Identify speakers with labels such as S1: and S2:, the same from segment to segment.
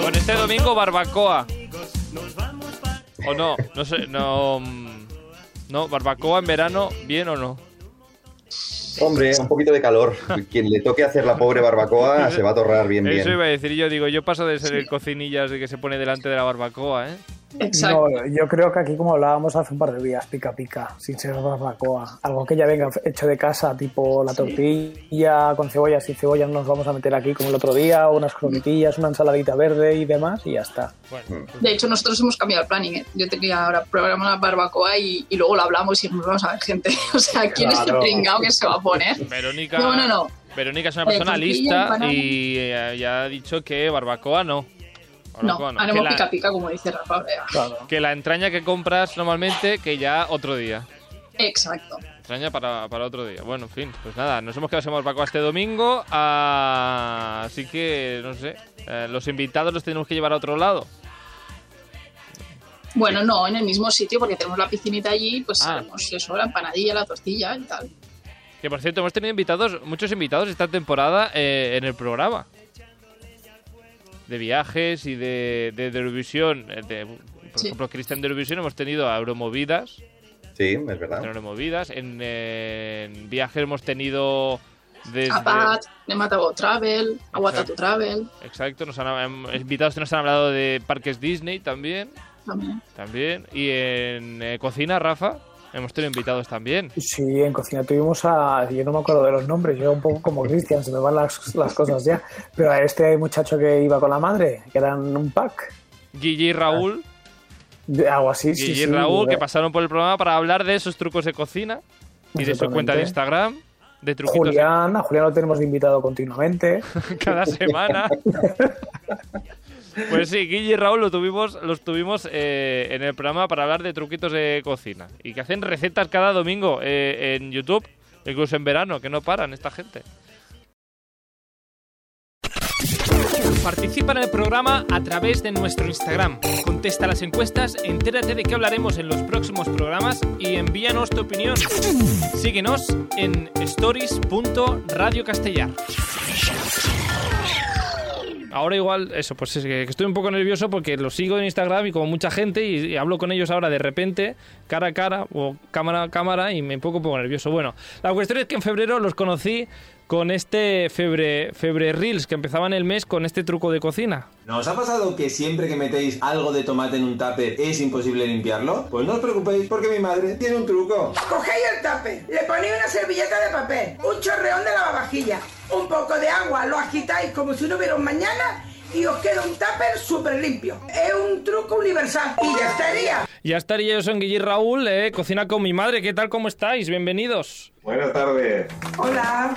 S1: Con este domingo barbacoa. O no, no sé, no. mm, No, barbacoa en verano, bien o no.
S2: Hombre, un poquito de calor. Quien le toque hacer la pobre barbacoa se va a torrar bien, bien.
S1: Eso iba a decir yo, digo, yo paso de ser el cocinillas de que se pone delante de la barbacoa, ¿eh?
S3: Exacto.
S4: No, yo creo que aquí, como hablábamos hace un par de días, pica pica, sin ser barbacoa. Algo que ya venga hecho de casa, tipo la tortilla con cebolla, sin cebolla, no nos vamos a meter aquí como el otro día, o unas croquetillas, una ensaladita verde y demás, y ya está.
S1: Bueno, pues-
S3: De hecho, nosotros hemos cambiado el planning. ¿eh? Yo tenía ahora programado la barbacoa y, y luego lo hablamos y dijimos, vamos a ver, gente. O sea, ¿quién es el
S4: Claro.
S3: pringao que se va a poner?
S1: Verónica.
S3: No, no, no.
S1: Verónica es una
S3: Eh,
S1: persona
S3: tortilla,
S1: lista
S3: empanada.
S1: y eh, ya ha dicho que barbacoa no.
S3: No,
S1: Barbacoa Que,
S3: haremos pica
S1: la,
S3: pica, como dice Rafa. Vea.
S4: Claro.
S1: que la entraña que compras normalmente, que ya otro día.
S3: Exacto.
S1: Extraña para, para otro día. Bueno, en fin, pues nada, nos hemos quedado sin barbacoa este domingo. ah, así que, no sé, eh, los invitados los tenemos que llevar a otro lado.
S3: Bueno, no, en el mismo sitio, porque tenemos la piscinita allí, pues
S1: Ah.
S3: haremos eso, la empanadilla, la tortilla y tal.
S1: Que por cierto, hemos tenido invitados, muchos invitados esta temporada eh, en el programa. De viajes y de, de, de Eurovisión. eh, de- por
S3: Sí.
S1: ejemplo, Cristian de Eurovisión hemos tenido a Euromovidas.
S2: Sí, es verdad.
S1: En Euromovidas. En, eh, en viajes hemos tenido desde...
S3: Apat, Nematago Travel, Aguatato
S1: Exacto.
S3: Travel,
S1: Exacto, nos han, hem- invitados que nos han hablado de parques Disney también.
S3: también.
S1: También. Y en eh, cocina, Rafa, hemos tenido invitados también.
S4: Sí, en cocina tuvimos a. Yo no me acuerdo de los nombres, yo un poco como Cristian, se me van las, las cosas ya. Pero a este muchacho que iba con la madre, que eran un pack,
S1: Guille y Raúl.
S4: de algo así. Ah, sí,
S1: Guille y
S4: sí, eh.
S1: Raúl,
S4: de-
S1: que pasaron por el programa para hablar de sus trucos de cocina y de su
S4: Exactamente.
S1: cuenta de Instagram, de truquitos
S4: Julián, a Julián lo tenemos de invitado continuamente.
S1: cada semana. Pues sí, Guille y Raúl lo tuvimos, los tuvimos eh, en el programa para hablar de truquitos de cocina y que hacen recetas cada domingo eh, en YouTube, incluso en verano, que no paran esta gente.
S5: Participa en el programa a través de nuestro Instagram. Contesta las encuestas, entérate de qué hablaremos en los próximos programas y envíanos tu opinión. Síguenos en stories.radiocastellar.
S1: Ahora igual, eso, pues es que que estoy un poco nervioso porque los sigo en Instagram y como mucha gente y, y hablo con ellos ahora de repente, cara a cara o cámara a cámara y me pongo un poco nervioso. Bueno, la cuestión es que en febrero los conocí con este febre, febre Reels que empezaban el mes con este truco de cocina.
S6: ¿No os ha pasado que siempre que metéis algo de tomate en un tupper es imposible limpiarlo? Pues no os preocupéis porque mi madre tiene un truco.
S7: Cogéis el tape, le ponéis una servilleta de papel, un chorreón de lavavajillas, un poco de agua, lo agitáis como si no hubiera un mañana y os queda un tupper súper limpio. Es un truco universal y ya estaría.
S1: Ya estaría yo, son Guille y Raúl, eh, cocina con mi madre. ¿Qué tal? ¿Cómo estáis? Bienvenidos.
S6: Buenas tardes.
S7: Hola.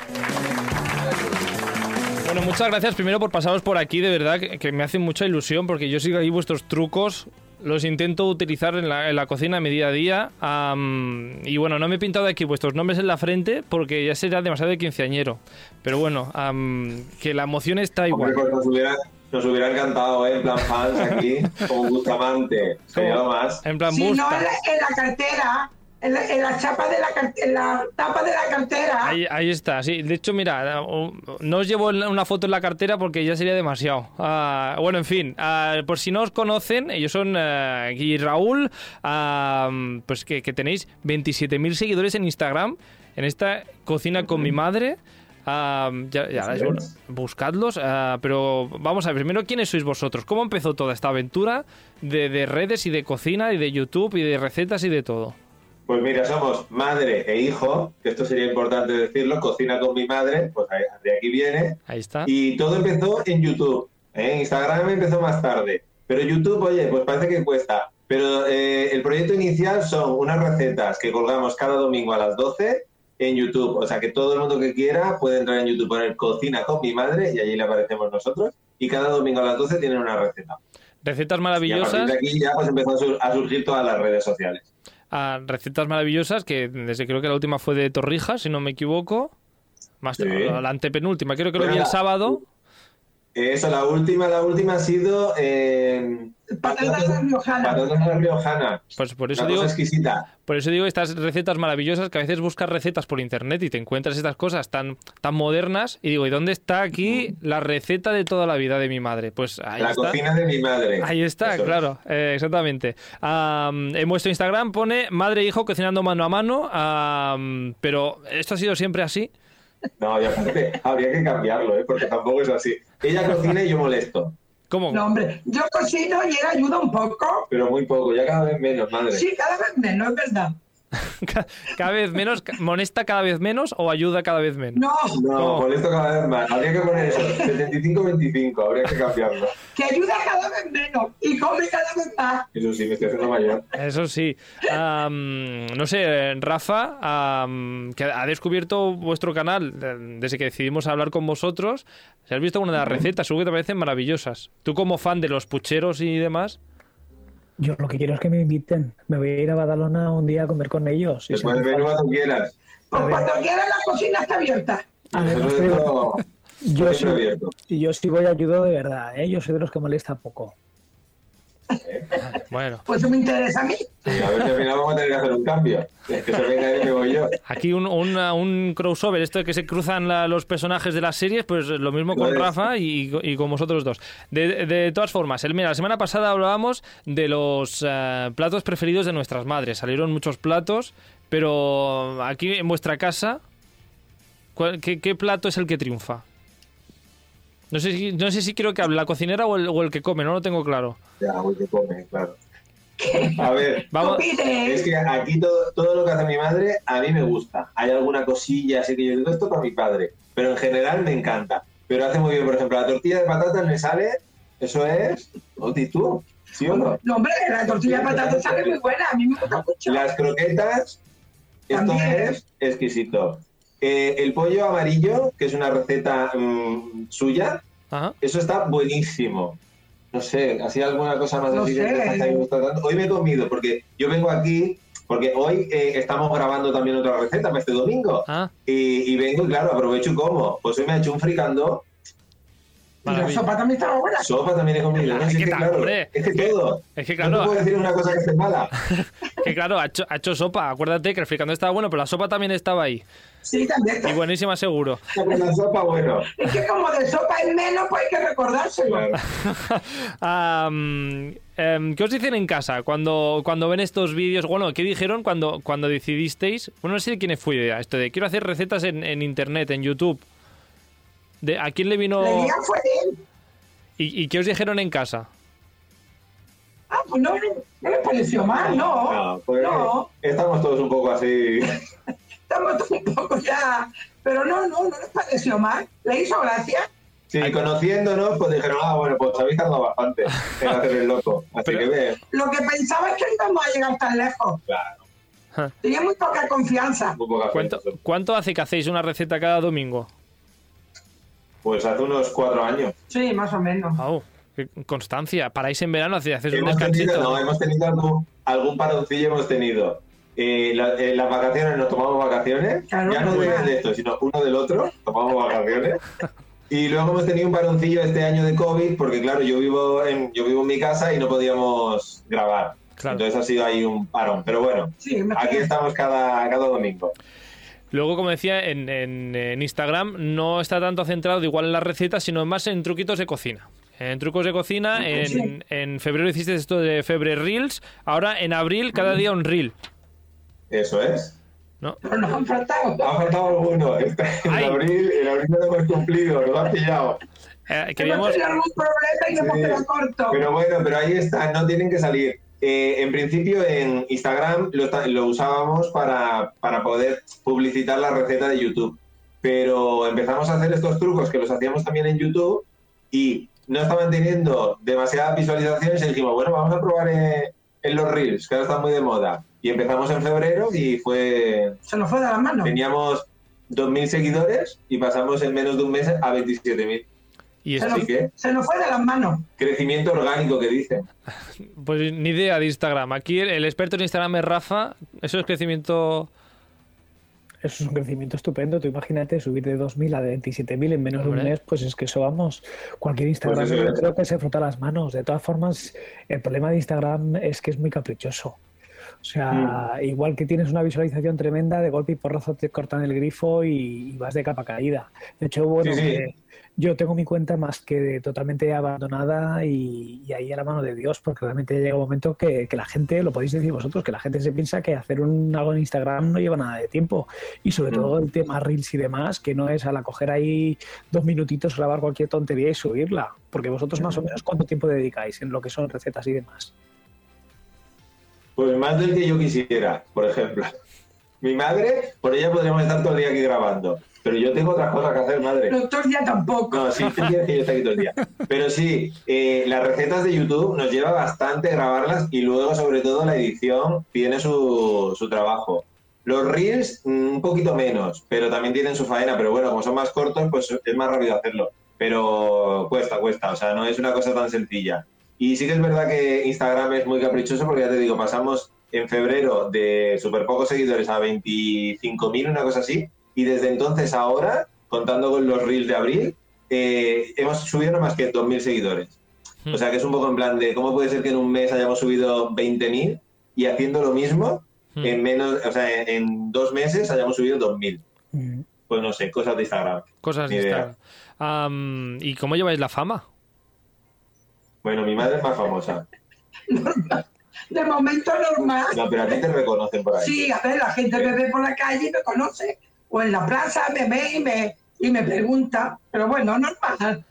S1: Bueno, muchas gracias primero por pasaros por aquí, de verdad, que, que me hace mucha ilusión porque yo sigo ahí vuestros trucos, los intento utilizar en la, en la cocina en mi día a día. am, y bueno, no me he pintado aquí vuestros nombres en la frente porque ya será demasiado de quinceañero. Pero bueno, am, que la emoción está
S6: Hombre,
S1: igual.
S6: pues nos hubiera, nos hubiera encantado, ¿eh? En plan fans aquí, como Bustamante. Sería lo más.
S1: En plan,
S7: Si no,
S1: busta.
S7: en la, en la cartera, en la, en la chapa de la, car- en la tapa de la
S6: Ah.
S7: cartera.
S1: Ahí, ahí está, sí. De hecho, mira, o- no os llevo la- una foto en la cartera porque ya sería demasiado. Ah, bueno, en fin, ah, por si no os conocen, ellos son ah, Gui y Raúl, ah, pues que, que tenéis 27.000 seguidores en Instagram, en esta cocina con mi madre. Ah, ya, ya,
S6: Así
S1: es bueno,
S6: es.
S1: buscadlos, ah, pero vamos a ver, primero, ¿quiénes sois vosotros? ¿Cómo empezó toda esta aventura de, de redes y de cocina y de YouTube y de recetas y de todo?
S6: Pues mira, somos madre e hijo, que esto sería importante decirlo, cocina con mi madre, pues ahí- de aquí viene.
S1: Ahí está.
S6: Y todo empezó en YouTube. ¿eh? Instagram empezó más tarde. Pero YouTube, oye, pues parece que cuesta. Pero eh, el proyecto inicial son unas recetas que colgamos cada domingo a las 12 en YouTube. O sea que todo el mundo que quiera puede entrar en YouTube, poner cocina con mi madre y allí le aparecemos nosotros. Y cada domingo a las 12 tienen una receta.
S1: Recetas
S6: Y a partir
S1: maravillosas.
S6: de aquí ya pues empezó a, sur- a surgir todas las redes sociales.
S1: a recetas maravillosas que desde creo que la última fue de torrijas si no me equivoco más
S6: Sí.
S1: la antepenúltima creo que lo
S6: Pues
S1: vi el
S6: nada.
S1: sábado
S6: Eso, la última, la última ha sido eh,
S7: Patatas a la riojana.
S6: patatas a la riojana.
S1: Pues por eso
S6: Una
S1: digo,
S6: cosa exquisita.
S1: por eso digo estas recetas maravillosas que a veces buscas recetas por internet y te encuentras estas cosas tan, tan modernas y digo, ¿y dónde está aquí la receta de toda la vida de mi madre? Pues ahí
S6: la
S1: está.
S6: cocina de mi madre.
S1: Ahí está,
S6: Eso es.
S1: claro, eh, exactamente. Am, en vuestro Instagram pone madre e hijo cocinando mano a mano, am, pero esto ha sido siempre así.
S6: No, y aparte, habría que cambiarlo, ¿eh? porque tampoco es así. Ella cocina y yo molesto,
S1: ¿Cómo?
S7: No, hombre, yo cocino y él ayuda un poco.
S6: pero muy poco, ya cada vez menos, madre.
S7: Sí, cada vez menos, es verdad.
S1: Ca- Cada vez menos, ca- molesta cada vez menos o ayuda cada vez menos.
S7: No,
S6: No,
S1: No.
S6: molesto cada vez más. Habría que poner eso, 75-25, habría que cambiarlo.
S7: que ayuda cada vez menos y come cada vez más.
S6: Eso sí, me estoy haciendo mayor.
S1: Eso sí. Am, no sé, Rafa, am, que ha descubierto vuestro canal eh, desde que decidimos hablar con vosotros. Si has visto una de las recetas, seguro que te parecen maravillosas. Tú como fan de los pucheros y demás,
S4: Yo lo que quiero es que me inviten. Me voy a ir a Badalona un día a comer con ellos. Y
S6: Después
S4: si-
S6: del menú cuando quieras.
S7: Pues cuando quiera la cocina está abierta.
S4: Además,
S6: Eso es lo-
S4: yo,
S6: siempre
S4: sí,
S6: abierto.
S4: yo sí voy a ayudo de verdad, ¿eh? Yo soy de los que molesta poco.
S1: bueno.
S7: Pues eso me interesa a mí.
S6: Sí, a ver si al final vamos a tener que hacer un cambio. Es que se venga él y me voy yo.
S1: Aquí un, una- un crossover, esto de que se cruzan la- los personajes de las series, pues lo mismo con
S6: Lo es.
S1: Rafa y, y con vosotros dos. De, de todas formas, el, mira, la semana pasada hablábamos de los eh, platos preferidos de nuestras madres. Salieron muchos platos, pero aquí en vuestra casa, ¿cuál- qué, qué plato es el que triunfa? No sé si, no sé si quiero que hable la cocinera o el, o el que come, no lo tengo claro.
S6: Ya, voy que come, claro. A ver,
S1: Vamos,
S7: Opine.
S6: Es que aquí todo, todo lo que hace mi madre a mí me gusta. Hay alguna cosilla, así que yo digo esto para mi padre. Pero en general me encanta. Pero hace muy bien, por ejemplo, la tortilla de patatas me sale, eso es, Oti, tú, ¿sí o no?
S7: No, hombre, la tortilla de patatas sale muy buena, a mí me gusta mucho.
S6: Las croquetas, esto
S7: También.
S6: es exquisito. Eh, el pollo amarillo, que es una receta mm, suya,
S1: ajá.
S6: eso está buenísimo. No sé, así alguna cosa más
S7: No
S6: así que
S7: sé.
S6: te pasa que me gusta tanto. Hoy me he comido, porque yo vengo aquí, porque hoy eh, estamos grabando también otra receta para este domingo.
S1: Ah,
S6: Y, y vengo, y claro, aprovecho y como. Pues hoy me ha hecho un fricando.
S7: Y la sopa también estaba buena.
S6: Sopa también he comido. No,
S1: Ay, Ah,
S6: si
S1: ¿qué
S6: es que
S1: tal,
S6: claro,
S1: hombre?
S6: es que todo.
S1: es que
S6: No
S1: claro,
S6: te puedo decir una cosa que esté mala.
S1: que claro, ha hecho, ha hecho sopa. Acuérdate que el fricando estaba bueno, pero la sopa también estaba ahí.
S7: Sí, también. está-
S1: Y buenísima seguro.
S6: Pero la sopa, bueno.
S7: Es que como de sopa es menos, pues hay que recordárselo.
S6: Claro.
S1: Am, em, ¿Qué os dicen en casa cuando, cuando ven estos vídeos? Bueno, ¿qué dijeron cuando, cuando decidisteis? Bueno, no sé de quién fue idea esto de quiero hacer recetas en, en internet, en YouTube. De, ¿A quién le vino?
S7: La idea fue de él.
S1: ¿Y, y qué os dijeron en casa?
S7: Ah, pues no, no, no le pareció mal, Ah, no.
S6: No,
S7: No,
S6: pues, Estamos todos un poco así.
S7: estamos todos un poco ya. Pero no, no, no les pareció mal. Le hizo gracia.
S6: Sí, conociéndonos, pues dijeron, ah, bueno, pues habéis tardado bastante en hacer el loco. Así
S1: Pero-
S6: que ve,
S7: Lo que pensaba es que no íbamos a llegar tan lejos.
S6: claro,
S7: Tenía muy poca confianza.
S6: un poco
S1: ¿Cuánto,
S6: afecto.
S1: cuánto hace que hacéis una receta cada domingo?
S6: Pues hace unos cuatro años.
S7: Sí, más o menos.
S6: Ah.
S1: Au, qué constancia! Paráis en verano, hace- hacéis un
S6: Hemos tenido,
S1: descansito.
S6: no, hemos tenido algún, algún paroncillo hemos tenido. Eh, la- eh, las vacaciones, nos tomamos vacaciones,
S7: Claro,
S6: ya no de,
S7: normal.
S6: de esto, sino uno del otro, tomamos vacaciones. Y luego hemos tenido un paroncillo este año de COVID, porque claro, yo vivo en, yo vivo en mi casa y no podíamos grabar.
S1: Claro.
S6: Entonces ha sido ahí un parón. Pero bueno,
S7: Sí, me
S6: aquí estamos cada, cada domingo.
S1: Luego, como decía, en, en- en Instagram no está tanto centrado igual en las recetas, sino más en truquitos de cocina. En trucos de
S7: Ah,
S1: cocina, en, en febrero hiciste esto de febre reels, ahora en abril cada día un reel.
S6: Eso es.
S1: ¿no?
S7: Pero nos han faltado.
S6: Ha faltado alguno. Este- en
S1: Ay.
S6: abril, en abril no lo hemos cumplido, lo han pillado.
S1: Eh,
S7: Hemos
S1: queríamos,
S7: tenido algún problema y hemos
S6: Sí.
S7: quedado corto.
S6: Pero bueno, pero ahí está, no tienen que salir. Eh, en principio en Instagram lo, ta- lo usábamos para, para poder publicitar la receta de YouTube, pero empezamos a hacer estos trucos que los hacíamos también en YouTube y no estaban teniendo demasiadas visualizaciones y dijimos, bueno, vamos a probar eh, en los Reels, que ahora están muy de moda. Y empezamos en febrero y fue
S7: Se nos fue de las manos.
S6: teníamos 2.000 seguidores y pasamos en menos de un mes a 27.000.
S1: y
S7: Se
S1: es-
S7: nos,
S6: Así que
S7: se nos fue de las manos.
S6: crecimiento orgánico que dicen.
S1: pues ni idea de Instagram. Aquí el, el experto en Instagram es Rafa. Eso es crecimiento.
S4: eso es un crecimiento estupendo. Tú imagínate subir de 2.000 a 27.000 en menos de
S1: Hombre.
S4: un mes, pues es que eso vamos. Cualquier Instagram
S6: Pues eso
S4: yo
S6: es.
S4: creo que se frota las manos. De todas formas, el problema de Instagram es que es muy caprichoso. O sea, igual que tienes una visualización tremenda, de golpe y porrazo te cortan el grifo y, y vas de capa caída. De hecho, bueno,
S6: Sí, sí.
S4: eh, yo tengo mi cuenta más que totalmente abandonada y, y ahí a la mano de Dios, porque realmente llega un momento que, que la gente, lo podéis decir vosotros, que la gente se piensa que hacer un algo en Instagram no lleva nada de tiempo. Y sobre
S6: Mm.
S4: todo el tema Reels y demás, que no es a la coger ahí dos minutitos, grabar cualquier tontería y subirla. Porque vosotros
S6: Mm.
S4: más o menos cuánto tiempo dedicáis en lo que son recetas y demás.
S6: Pues más del que yo quisiera, por ejemplo. Mi madre, por ella podríamos estar todo el día aquí grabando. Pero yo tengo otras cosas que hacer, madre.
S7: Doctor, ya tampoco.
S6: No, sí, tú quieres que yo esté aquí todo el día. Pero sí, eh, las recetas de YouTube nos lleva bastante grabarlas y luego, sobre todo, la edición tiene su, su trabajo. Los reels, mm, un poquito menos, pero también tienen su faena. Pero bueno, como son más cortos, pues es más rápido hacerlo. Pero cuesta, cuesta. O sea, no es una cosa tan sencilla. Y sí que es verdad que Instagram es muy caprichoso porque ya te digo, pasamos en febrero de súper pocos seguidores a 25.000, una cosa así. Y desde entonces a ahora, contando con los reels de abril, eh, hemos subido no más que 2.000 seguidores.
S1: Hmm.
S6: O sea que es un poco en plan de cómo puede ser que en un mes hayamos subido 20.000 y haciendo lo mismo
S1: Hmm,
S6: en menos, o sea, en, en dos meses hayamos subido 2.000. Pues no sé, cosas de Instagram.
S1: Cosas
S6: Ni
S1: de
S6: idea.
S1: Instagram. Am, ¿Y cómo lleváis la fama?
S6: Bueno, mi madre es más famosa.
S7: De momento normal.
S6: No, pero a ti te reconocen por ahí.
S7: Sí, a ver, la gente me ve por la calle y me conoce. O en la plaza me ve y me, y me pregunta. Pero bueno, normal.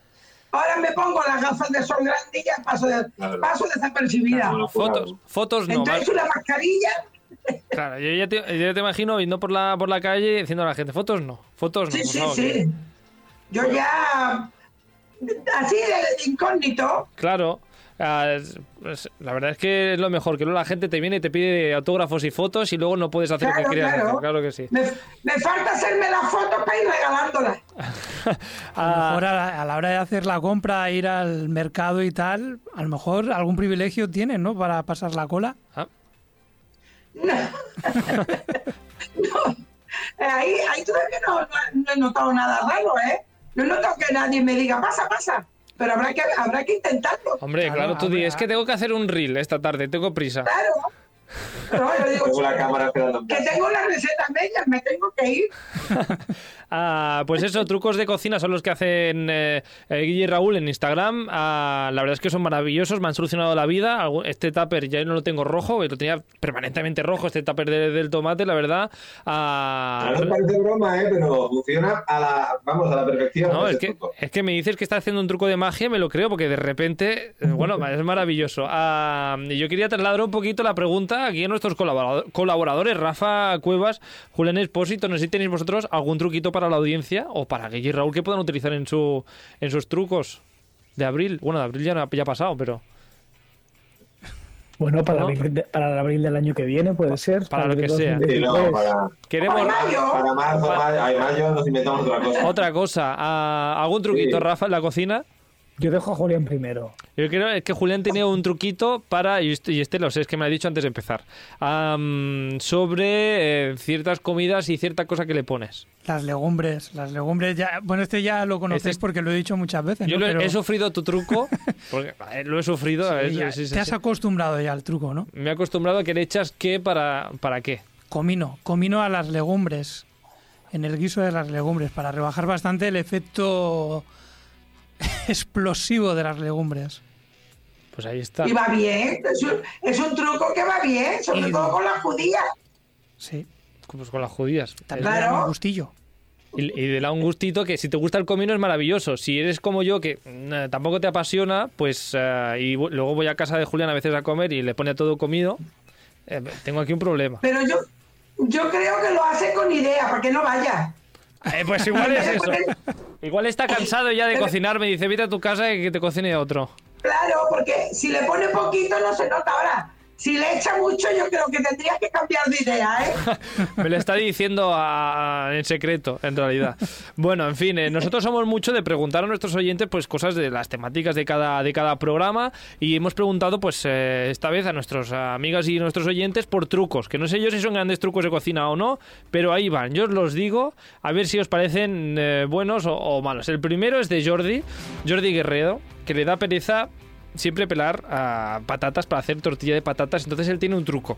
S7: Ahora me pongo las gafas de sol grande y ya paso, de,
S6: Claro.
S7: paso desapercibida.
S6: Claro.
S1: Fotos, fotos no.
S7: Entonces
S1: vale.
S7: una mascarilla.
S1: Claro, yo ya te, yo ya te imagino yendo por la, por la calle y diciendo a la gente, fotos no, fotos pues no.
S7: Sí,
S1: por
S7: sí,
S1: favor, que-
S7: sí. Yo ya... Así de incógnito.
S1: Claro. Ah, es- pues, la verdad es que es lo mejor, que luego la gente te viene y te pide autógrafos y fotos y luego no puedes hacer lo
S7: Claro,
S1: que quieras
S7: claro.
S1: hacer, claro que sí.
S7: Me, me falta hacerme las fotos para ir regalándolas.
S8: A lo
S1: Ah,
S8: mejor a la, a la hora de hacer la compra, ir al mercado y tal, a lo mejor algún privilegio tienen, ¿no? Para pasar la cola.
S1: ah,
S7: No. No. Eh, Ahí, ahí todavía no, no- no he notado nada raro, ¿eh? No he notado que nadie me diga, pasa, pasa. Pero habrá que, habrá que intentarlo,
S1: hombre,
S8: Claro,
S1: claro, tú
S8: hombre,
S1: dices, es
S8: ah.
S1: que tengo que hacer un reel esta tarde, tengo prisa.
S7: claro. No, yo digo,
S6: Tengo la cámara esperando.
S7: que tengo una receta media, me tengo que ir.
S1: Ah, pues eso, trucos de cocina son los que hacen eh, eh, Guille y Raúl en Instagram. Ah, la verdad es que son maravillosos, me han solucionado la vida. Algu- Este tupper ya no lo tengo rojo, lo tenía permanentemente rojo, este tupper de- del tomate, la verdad. Ah,
S6: No parece broma, ¿eh? pero funciona a la, vamos, a la perfección.
S1: No,
S6: ese
S1: es que,
S6: truco.
S1: es que me dices que está haciendo un truco de magia, me lo creo, porque de repente, eh, bueno, es maravilloso. Ah, y yo quería trasladar un poquito la pregunta aquí a nuestros colaborado- colaboradores, Rafa Cuevas, Julián Espósito, no sé si tenéis vosotros algún truquito para la audiencia o para Guille y Raúl que puedan utilizar en, su, en sus trucos de abril. Bueno, de abril ya, no ha- ya ha pasado, pero
S4: Bueno, para,
S1: ¿No?
S4: abril de- para el abril del año que viene puede ser.
S1: para lo que sea.
S6: Sí, no,
S1: Pues-
S4: 2023.
S6: para,
S1: queremos
S7: Mayo,
S6: para marzo, mayo, ay, mayo nos inventamos otra cosa.
S1: otra cosa. Ah, ¿Algún truquito,
S6: Sí.
S1: Rafa, en la cocina?
S4: Yo dejo a Julián primero.
S1: Yo creo es que Julián tenía un truquito para, y este, y este lo sé, es que me lo ha dicho antes de empezar, Am, sobre eh, ciertas comidas y cierta cosa que le pones.
S8: Las legumbres, las legumbres ya... Bueno, este ya lo conocéis
S1: Este es-
S8: porque lo he dicho muchas veces,
S1: Yo
S8: ¿no?
S1: lo he,
S8: Pero
S1: he sufrido tu truco, porque eh, lo he sufrido, eh,
S8: ya
S1: sí, sí,
S8: te has
S1: sí.
S8: acostumbrado ya al truco, ¿no?
S1: me he acostumbrado a que le echas qué para, para qué.
S8: Comino, comino a las legumbres, en el guiso de las legumbres, para rebajar bastante el efecto explosivo de las legumbres.
S1: Pues ahí está.
S7: y va bien. Es un, es un truco que va bien, sobre
S8: Y-
S7: todo con las judías.
S8: Sí,
S1: Pues con las judías.
S8: también
S7: Claro.
S8: le da un gustillo.
S1: Y, y le da un gustito que si te gusta el comino es maravilloso. Si eres como yo, que mm, tampoco te apasiona, pues... eh, y bu- luego voy a casa de Julián a veces a comer y le pone todo comido. eh, tengo aquí un problema.
S7: Pero yo, yo creo que lo hace con idea, para que no vaya.
S1: Eh, pues igual es eso. Igual está cansado ya de cocinar, me dice, vete a tu casa y que te cocine otro.
S7: Claro, porque si le pone poquito no se nota ahora. Si le echa mucho, yo creo que tendrías que cambiar de idea, ¿eh?
S1: Me lo está diciendo a- a- en secreto, en realidad. Bueno, en fin, eh, nosotros somos mucho de preguntar a nuestros oyentes pues cosas de las temáticas de cada, de cada programa y hemos preguntado pues eh, esta vez a nuestros amigas y nuestros oyentes por trucos, que no sé yo si son grandes trucos de cocina o no, pero ahí van, yo os los digo, a ver si os parecen eh, buenos o, o malos. El primero es de Jordi, Jordi Guerrero, que le da pereza siempre pelar a patatas para hacer tortilla de patatas, entonces él tiene un truco.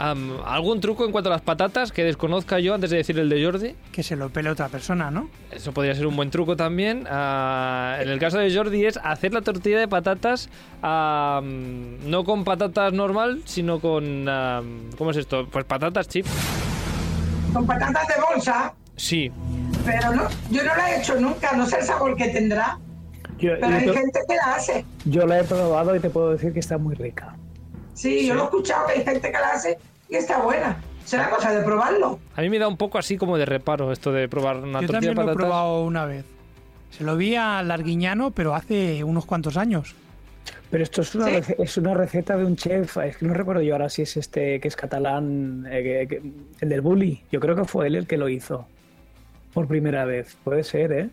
S1: Am, ¿Algún truco en cuanto a las patatas que desconozca yo antes de decir el de Jordi?
S8: Que se lo pele otra persona, ¿no?
S1: Eso podría ser un buen truco también. Ah, en el caso de Jordi es hacer la tortilla de patatas am, no con patatas normal, sino con... am, ¿Cómo es esto? Pues patatas chip.
S7: Con patatas de bolsa,
S1: Sí.
S7: pero no, yo no la he hecho nunca, no sé el sabor que tendrá,
S4: Yo,
S7: pero hay
S4: yo-
S7: gente que la hace.
S4: yo la he probado y te puedo decir que está muy rica.
S7: Sí, yo lo he escuchado que hay gente que la hace y está buena. Será cosa de probarlo.
S1: A mí me da un poco así como de reparo esto de probar una
S8: Yo
S1: tortilla de
S8: también lo he
S1: patatas.
S8: probado una vez. Se lo vi a Larguiñano, pero hace unos cuantos años.
S4: Pero esto es una,
S7: Sí.
S4: rece- es una receta de un chef, es que no recuerdo yo ahora si es este que es catalán, eh, que- que- el del bully. Yo creo que fue él el que lo hizo por primera vez. Puede ser, ¿eh?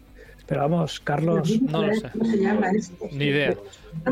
S4: Pero vamos, Carlos,
S1: No lo sé.
S7: ¿Cómo se llama este?
S1: Ni idea.
S7: No,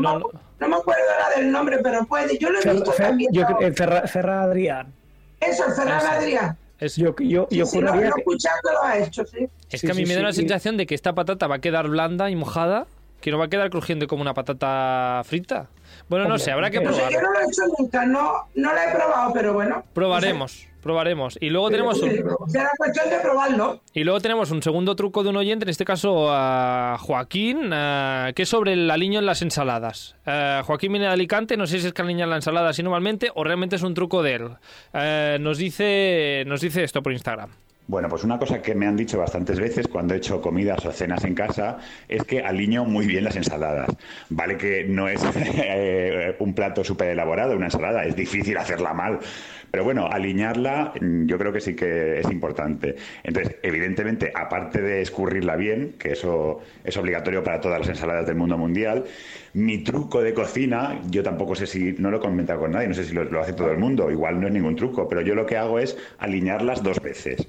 S1: No,
S7: me,
S1: no.
S7: acu- no me acuerdo ahora del nombre, pero puede. Yo lo he
S4: Fer-
S7: visto
S4: Fer-
S7: también.
S4: yo
S7: ¿no?
S4: cre- eh, Ferra- Ferra Adrián.
S7: Eso, el Ferran
S1: Eso.
S7: Adrián.
S1: Es-
S4: Yo, yo,
S7: Sí, pues
S4: yo
S7: sí, lo, lo
S4: juraría
S7: he
S4: que-
S7: escuchado que lo ha hecho, sí.
S1: Es
S4: Sí,
S1: que a mí
S4: sí,
S1: me da
S4: sí,
S1: la
S4: y-
S1: sensación de que esta patata va a quedar blanda y mojada, que no va a quedar crujiente como una patata frita. Bueno, no
S4: Hombre,
S1: sé, habrá que
S4: no
S7: No sé, yo
S1: probar.
S7: no lo he hecho nunca, no, no lo he probado, pero bueno.
S1: Probaremos, probaremos. Y luego
S7: No
S1: tenemos
S7: sé,
S1: un,
S7: Será cuestión de probarlo.
S1: y luego tenemos un segundo truco de un oyente, en este caso a Joaquín, ah, que es sobre el aliño en las ensaladas. Ah, Joaquín viene de Alicante, no sé si es que aliña en la ensalada así normalmente o realmente es un truco de él. Eh, nos, dice, nos dice esto por Instagram.
S9: Bueno, pues una cosa que me han dicho bastantes veces cuando he hecho comidas o cenas en casa es que aliño muy bien las ensaladas. Vale que no es eh, un plato súper elaborado, una ensalada, es difícil hacerla mal, pero bueno, aliñarla mm, yo creo que sí que es importante. Entonces, evidentemente, aparte de escurrirla bien, que eso es obligatorio para todas las ensaladas del mundo mundial, mi truco de cocina, yo tampoco sé si, no lo he comentado con nadie, no sé si lo- lo hace todo el mundo, igual no es ningún truco, pero yo lo que hago es aliñarlas dos veces.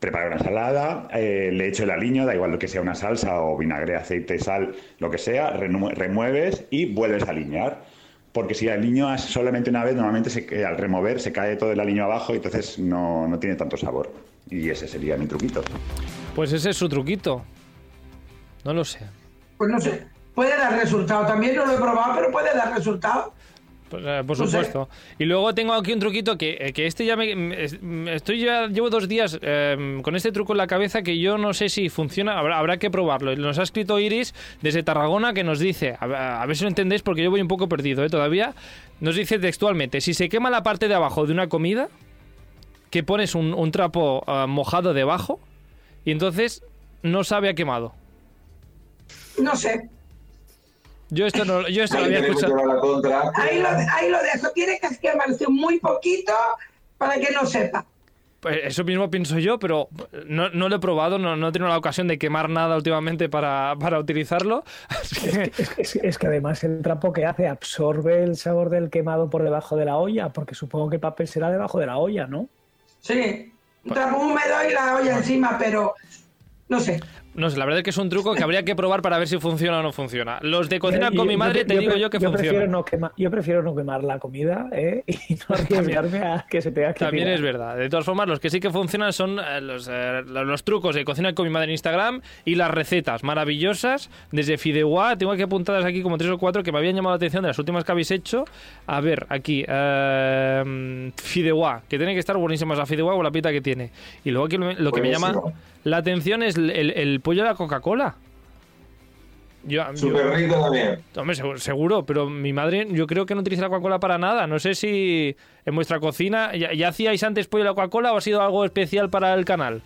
S9: Preparo una ensalada, eh, le echo el aliño, da igual lo que sea una salsa o vinagre, aceite, sal, lo que sea, remu- remueves y vuelves a aliñar. Porque si aliñas solamente una vez, normalmente se, que- al remover se cae todo el aliño abajo y entonces no, no tiene tanto sabor. Y ese sería mi truquito.
S1: Pues ese es su truquito. No lo sé.
S7: Pues no sé. Puede dar resultado. También no lo he probado, pero puede dar resultado.
S1: Pues, eh, por
S7: No sé.
S1: supuesto. Y luego tengo aquí un truquito que, eh, que este ya me... me- es- me- Estoy ya, llevo dos días eh, con este truco en la cabeza que yo no sé si funciona, habrá, habrá que probarlo. Nos ha escrito Iris desde Tarragona que nos dice, a, ver- a ver si lo entendéis porque yo voy un poco perdido ¿eh? todavía, nos dice textualmente, si se quema la parte de abajo de una comida, que pones un, un trapo ah, mojado debajo y entonces no sabe a quemado.
S7: No sé.
S1: Yo esto no yo esto lo
S6: Ahí
S1: había
S6: tenemos
S1: escuchado.
S6: que llevar la contra.
S7: Ahí lo, ahí lo dejo. Tiene que quemarse muy poquito para que no sepa.
S1: Pues eso mismo pienso yo, pero no, no lo he probado, no, no he tenido la ocasión de quemar nada últimamente para, para utilizarlo. Así que-
S4: Es, es- es que además el trapo que hace absorbe el sabor del quemado por debajo de la olla, porque supongo que el papel será debajo de la olla, ¿no?
S7: Sí. Un trapo húmedo y la olla encima, pero no sé.
S1: no sé, la verdad es que es un truco que habría que probar para ver si funciona o no funciona. Los de cocina con
S4: Yo- Eh, yo-
S1: mi madre te
S4: pre-
S1: digo
S4: pre-
S1: yo que
S4: Prefiero
S1: funciona.
S4: no quema- yo prefiero no quemar la comida ¿eh? y no arriesgarme a que se tenga que
S1: También
S4: tirar.
S1: es verdad. De todas formas, los que sí que funcionan son eh, los, eh, lo- los trucos de cocina con mi madre en Instagram y las recetas maravillosas desde Fideuá. Tengo aquí apuntadas aquí como tres o cuatro que me habían llamado la atención de las últimas que habéis hecho. A ver, aquí. eh, Fideuá, que tiene que estar buenísima esa Fideuá o la pita que tiene. Y luego aquí lo, lo que me llama
S6: Buenísimo.
S1: la atención es el, el- el pollo de la Coca-Cola. Yo, yo-
S6: Súper rico también.
S1: Hombre, segu- seguro, pero mi madre yo creo que no utiliza la Coca-Cola para nada. No sé si en vuestra cocina ya, ya hacíais antes pollo a la Coca-Cola o ha sido algo especial para el canal.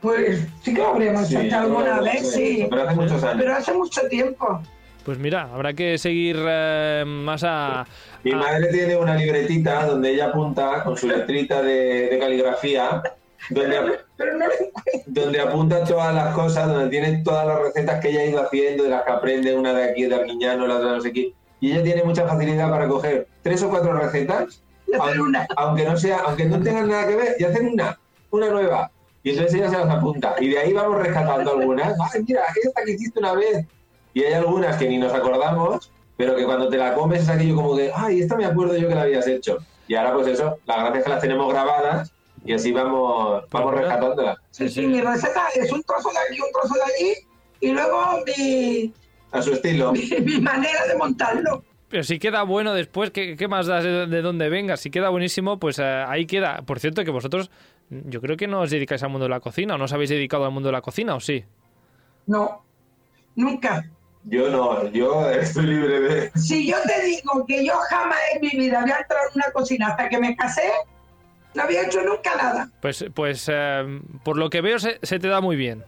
S7: Pues sí que lo habríamos
S6: Sí,
S7: hecho alguna
S6: pero-
S7: vez, sí.
S6: Pero hace muchos años.
S7: Pero hace mucho tiempo.
S1: Pues mira, habrá que seguir eh, más a...
S6: Mi
S7: ah.
S1: a-
S6: madre tiene una libretita donde ella apunta con su letrita de, de caligrafía, donde, ap-
S7: Pero no lo encuentro.
S6: donde apunta todas las cosas, donde tiene todas las recetas que ella ha ido haciendo, de las que aprende, una de aquí, de Arguiñano, la otra de no sé qué. y ella tiene mucha facilidad para coger tres o cuatro recetas, aunque, aunque no sea, aunque no tengan nada que ver, y hacer una, una nueva. Y entonces ella se las apunta. Y de ahí vamos rescatando algunas. Ay, mira, esta que hiciste una vez. Y hay algunas que ni nos acordamos, pero que cuando te la comes es aquello como que, ay, esta me acuerdo yo que la habías hecho. Y ahora pues eso, las gracias que las tenemos grabadas y así vamos, vamos rescatándolas.
S7: Sí, sí, mi receta es un trozo de aquí, un trozo de allí, y luego mi,
S6: A su estilo.
S7: mi, mi manera de montarlo.
S1: Pero si queda bueno después, ¿qué, qué más das de, de dónde venga? Si queda buenísimo, pues eh, ahí queda. Por cierto, que vosotros, yo creo que no os dedicáis al mundo de la cocina, o no os habéis dedicado al mundo de la cocina, ¿o sí?
S7: No, nunca.
S6: Yo no, yo estoy libre de...
S7: Si yo te digo que yo jamás en mi vida había entrado en una cocina hasta que me casé, no había hecho nunca nada.
S1: Pues, pues eh, por lo que veo, se, se te da muy bien.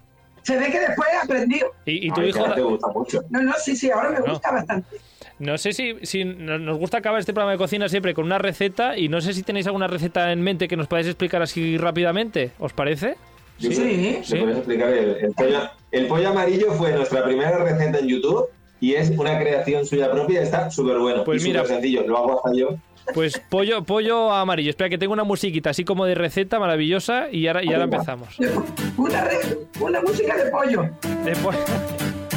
S7: Se ve que después aprendí.
S1: Y, y tu
S6: Ay,
S1: hijo...
S6: que ahora te gusta mucho.
S7: No, no, sí, sí, ahora me
S1: No.
S7: gusta bastante.
S1: No sé si, si no- nos gusta acabar este programa de cocina siempre con una receta y no sé si tenéis alguna receta en mente que nos podáis explicar así rápidamente. ¿Os parece?
S6: Yo
S7: Sí.
S6: creo-
S7: Sí.
S6: ¿Le podrías explicar el, el pollo, el pollo amarillo fue nuestra primera receta en YouTube y es una creación suya propia, está súper bueno.
S1: Pues
S6: y
S1: mira.
S6: súper sencillo, lo hago hasta yo.
S1: Pues pollo, pollo amarillo. Espera, que tengo una musiquita así como de receta maravillosa y ahora, y ahora empezamos.
S7: Una, re- una música de pollo.
S1: De po-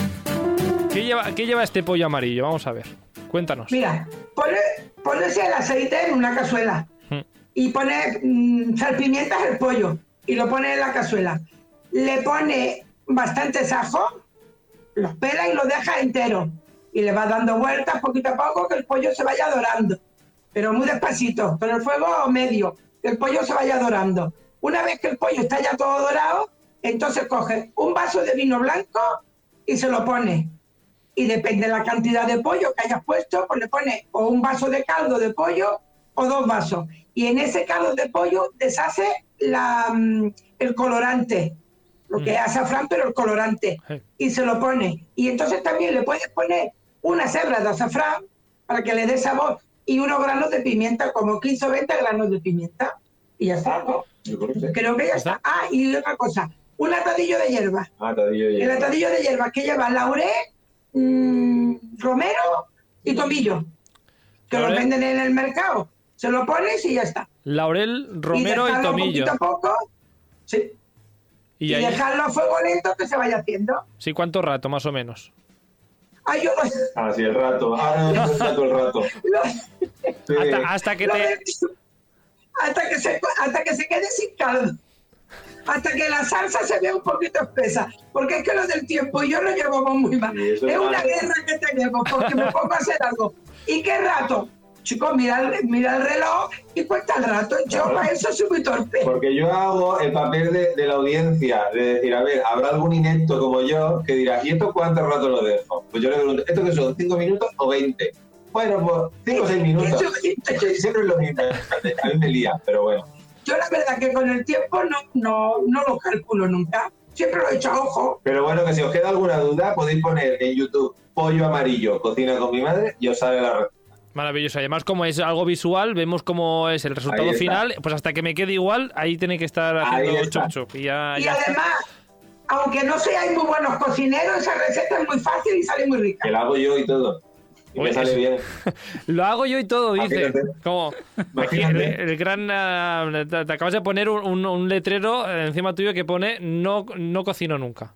S1: ¿Qué, lleva, qué lleva este pollo amarillo? Vamos a ver. Cuéntanos.
S7: Mira, pone, pones el aceite en una cazuela
S1: Mm.
S7: y pones mm, salpimientas el pollo y lo pones en la cazuela. Le pone bastante ajo, los pela y lo deja entero. Y le va dando vueltas poquito a poco que el pollo se vaya dorando. Pero muy despacito, con el fuego medio, que el pollo se vaya dorando. Una vez que el pollo está ya todo dorado, entonces coge un vaso de vino blanco y se lo pone y depende de la cantidad de pollo que hayas puesto, pues le pones o un vaso de caldo de pollo o dos vasos. Y en ese caldo de pollo deshace la, mm, el colorante, lo que es azafrán, pero el colorante,
S1: Sí.
S7: y se lo pone. Y entonces también le puedes poner una hebras de azafrán para que le dé sabor y unos granos de pimienta, como 15 o 20 granos de pimienta. Y ya está, ¿no?
S6: Yo creo que sí.
S7: Creo que ya está. Ah, y otra cosa, un atadillo de hierba.
S6: Ah, tadillo y-
S7: El atadillo de hierbas que lleva laurel, mm, romero y tomillo. Que lo
S1: Laurel.
S7: venden en el mercado. Se lo pones y ya está.
S1: Laurel, romero y
S7: dejarlo
S1: tomillo.
S7: Poquito a poco. Sí. Y,
S1: ¿Y ahí?
S7: dejarlo a fuego lento que se vaya haciendo.
S1: Sí, ¿cuánto rato más o menos?
S7: Ay, yo lo,
S6: Ah, sí, el rato. Ah, no, no, el rato, el rato.
S7: lo-
S6: Sí.
S1: Hasta, hasta que
S7: lo
S1: te...
S7: de- hasta, que se, hasta que se quede sin caldo. Hasta que la salsa se vea un poquito espesa. Porque es que lo del tiempo yo lo llevamos muy mal.
S6: Y
S7: Es
S6: eso es
S7: una
S6: malo.
S7: guerra que tenemos porque me pongo a hacer algo. ¿Y qué rato? Chicos, mira, el- mira el reloj y cuenta el rato. Yo para eso soy muy torpe.
S6: Porque yo hago el papel de, de la audiencia, de decir, a ver, habrá algún inepto como yo que dirá, ¿y esto cuánto rato lo dejo? Pues yo le pregunto, ¿esto qué son? ¿Cinco minutos o 20? Bueno, pues 5 o 6 minutos.
S7: Eso-
S6: Es que Siempre es lo mismo. ¿eh? A mí me lía, pero bueno.
S7: Yo la verdad que con el tiempo no, no, no lo calculo nunca. Siempre lo he hecho a ojo.
S6: Pero bueno, que si os queda alguna duda, podéis poner en YouTube pollo amarillo, cocina con mi madre, y os sale la receta.
S1: Maravilloso. Además, como es algo visual, vemos cómo es el
S6: Ahí
S1: resultado
S6: está.
S1: final. Pues hasta que me quede igual, ahí tiene que estar
S6: Ahí
S1: haciendo
S6: está.
S1: chup chup. Y ya,
S7: Y
S1: Ah, ya está.
S7: además, aunque no seáis muy buenos cocineros, esa receta es muy fácil y sale muy rica.
S6: Que la hago yo y todo. Y
S1: Oye,
S6: me sale
S1: eso-
S6: bien.
S1: Lo hago yo y todo, dice.
S6: Imagínate.
S1: Como aquí el,
S6: Imagínate.
S1: el gran. ah, te, te acabas de poner un, un- un letrero encima tuyo que pone no, no cocino nunca.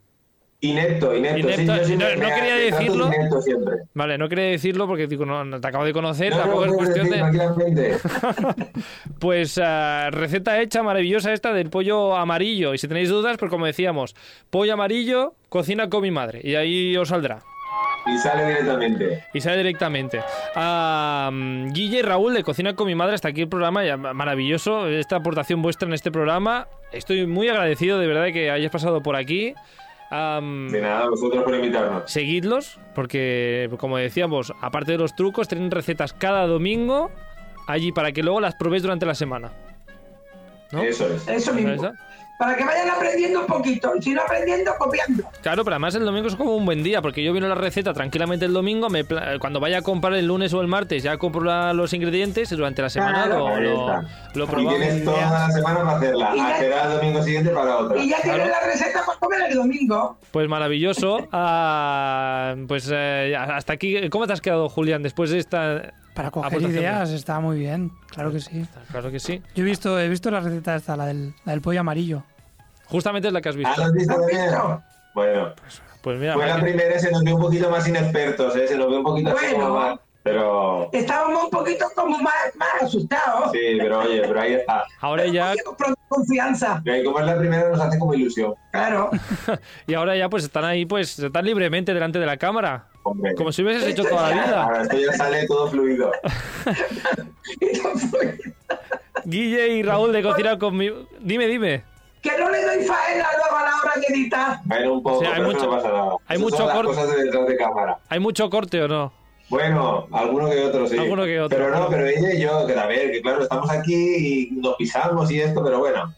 S6: Inepto, inepto.
S1: Inepto,
S6: sí, yo sí
S1: no-
S6: me-
S1: no
S6: me
S1: quería
S6: trato de
S1: decirlo.
S6: Inepto siempre.
S1: Vale, no quería decirlo porque digo, no, no, te acabo de conocer,
S6: No, no,
S1: tampoco es
S6: puedes
S1: cuestión
S6: decir
S1: de.
S6: tranquilamente.
S1: Pues ah, receta hecha maravillosa esta del pollo amarillo. Y si tenéis dudas, pues como decíamos, pollo amarillo, cocina con mi madre. Y ahí os saldrá.
S6: Y sale directamente.
S1: Y sale directamente. A mm, Guille y Raúl de Cocina con mi madre, hasta aquí el programa, ya ma- maravilloso, esta aportación vuestra en este programa. Estoy muy agradecido de verdad de que hayáis pasado por aquí. Am,
S6: De nada, vosotros por invitarnos.
S1: seguidlos, porque como decíamos, aparte de los trucos, tienen recetas cada domingo allí para que luego las probéis durante la semana. ¿No?
S6: Eso es.
S7: Eso mismo.
S1: ¿Esa?
S7: para que vayan aprendiendo un poquito. Y si no aprendiendo, copiando.
S1: Claro, pero además el domingo es como un buen día, porque yo vino la receta tranquilamente el domingo, me pla- eh, cuando vaya a comprar el lunes o el martes ya compro la- los ingredientes y durante la semana
S6: Ah,
S7: Claro.
S1: lo, lo, lo
S6: Y
S1: probamos.
S6: tienes toda la semana para hacerla.
S7: Y ya-
S6: A esperar el domingo siguiente para otra.
S7: Y ya tienen la receta para comer el domingo.
S1: Pues maravilloso. Ah, pues eh, hasta aquí, ¿cómo te has quedado, Julián, después de esta...
S8: Para coger
S1: Aportación.
S8: ideas Ah, pues está muy bien, claro que sí.
S1: Claro que sí.
S8: Yo he visto, he visto la receta esta, la del, la del pollo amarillo.
S1: Justamente es la que has
S6: ¿Ah,
S1: visto.
S6: lo has visto
S7: ¿Has
S6: también?
S7: visto?
S6: Bueno,
S1: Pues mira,
S6: fue la
S1: Martín,
S6: primera y se nos vio un poquito más inexpertos, ¿eh? Se nos vio un poquito así
S7: Bueno.
S6: como más. Pero.
S7: Estábamos un poquito como más, más asustados.
S6: Sí, pero oye, pero ahí está.
S1: ahora ya,
S7: Cogimos pronto confianza.
S6: Y ahí como es la primera, nos hace como ilusión.
S7: Claro.
S1: y ahora ya pues están ahí, pues están libremente delante de la cámara.
S6: Hombre.
S1: Como si hubieses hecho toda la vida.
S6: Ahora esto ya sale todo fluido.
S7: Y no fue-
S1: Guille y Raúl de cocinar conmigo. Dime, dime.
S7: que no le doy faena luego a la hora de editar.
S6: Bueno, un poco,
S1: O sea, hay
S6: pero eso
S1: mucho-
S6: no pasa nada.
S1: hay
S6: Eso
S1: mucho
S6: son las
S1: corte.
S6: cosas de detrás de cámara.
S1: ¿Hay mucho corte o no?
S6: Bueno, alguno que otro sí.
S1: Alguno que otro.
S6: Pero no, pero ella y yo, que a ver, que claro, estamos aquí y nos pisamos y esto, pero bueno.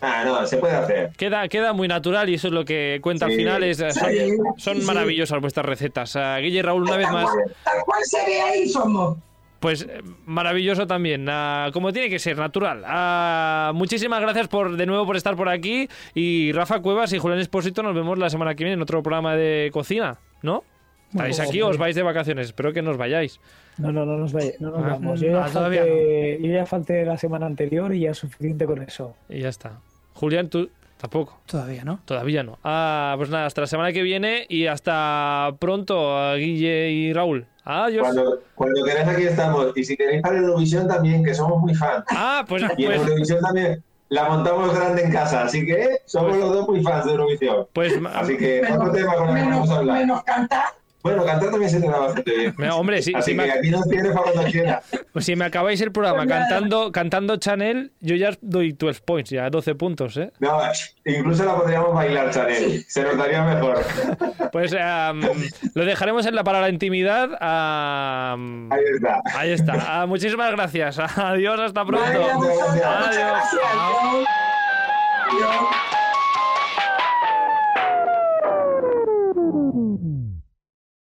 S6: Ah, no, se puede hacer.
S1: Queda, queda muy natural y eso es lo que cuenta al
S6: Sí.
S1: final. es- son
S7: Sí,
S1: son
S7: sí, sí.
S1: maravillosas vuestras recetas. Ah, Guille y Raúl, una vez
S7: Tal
S1: más,
S7: cual- Tal cual se ve ahí somos.
S1: pues eh, maravilloso también. Ah, como tiene que ser, natural. Ah, muchísimas gracias por de nuevo por estar por aquí. Y Rafa Cuevas y Julián Espósito nos vemos la semana que viene en otro programa de cocina, ¿no? ¿Estáis
S4: Bueno,
S1: aquí o os vais de vacaciones? Espero que no os vayáis.
S4: No, no, no nos, vaya- no nos
S1: Ah,
S4: vamos. Yo ya,
S8: ah, todavía
S4: falté, yo ya falté la semana anterior y ya es suficiente con eso.
S1: Y ya está. Julián, tú tampoco.
S8: Todavía, ¿no?
S1: Todavía no. Ah, pues nada, hasta la semana que viene y hasta pronto, a Guille y Raúl. Adiós.
S6: Cuando, cuando queráis, aquí estamos. Y si queréis para Eurovisión también, que somos muy fans.
S1: Ah, pues,
S6: Y en
S1: pues,
S6: Eurovisión también la montamos grande en casa, así que somos los dos muy fans de Eurovisión.
S1: pues
S6: Así que Eh, otro tema con el que
S7: menos,
S6: vamos a hablar.
S7: menos cantar.
S6: Bueno, cantar también se te da bastante bien.
S1: mira, hombre, si,
S6: Así
S1: si
S6: que
S1: me,
S6: aquí nos tienes para cuando quieras.
S1: Pues si me acabáis el programa cantando cantando Chanel, yo ya doy 12 points, ya 12 puntos, ¿eh?
S6: No, incluso la podríamos bailar, Chanel. Se nos daría mejor.
S1: Pues am, lo dejaremos en la para la intimidad. am,
S6: Ahí está.
S1: ahí está. Ah, muchísimas tá gracias. Adiós, hasta pronto.
S7: Venga, muchas,
S6: Adiós.
S7: muchas gracias. Adiós. Adiós.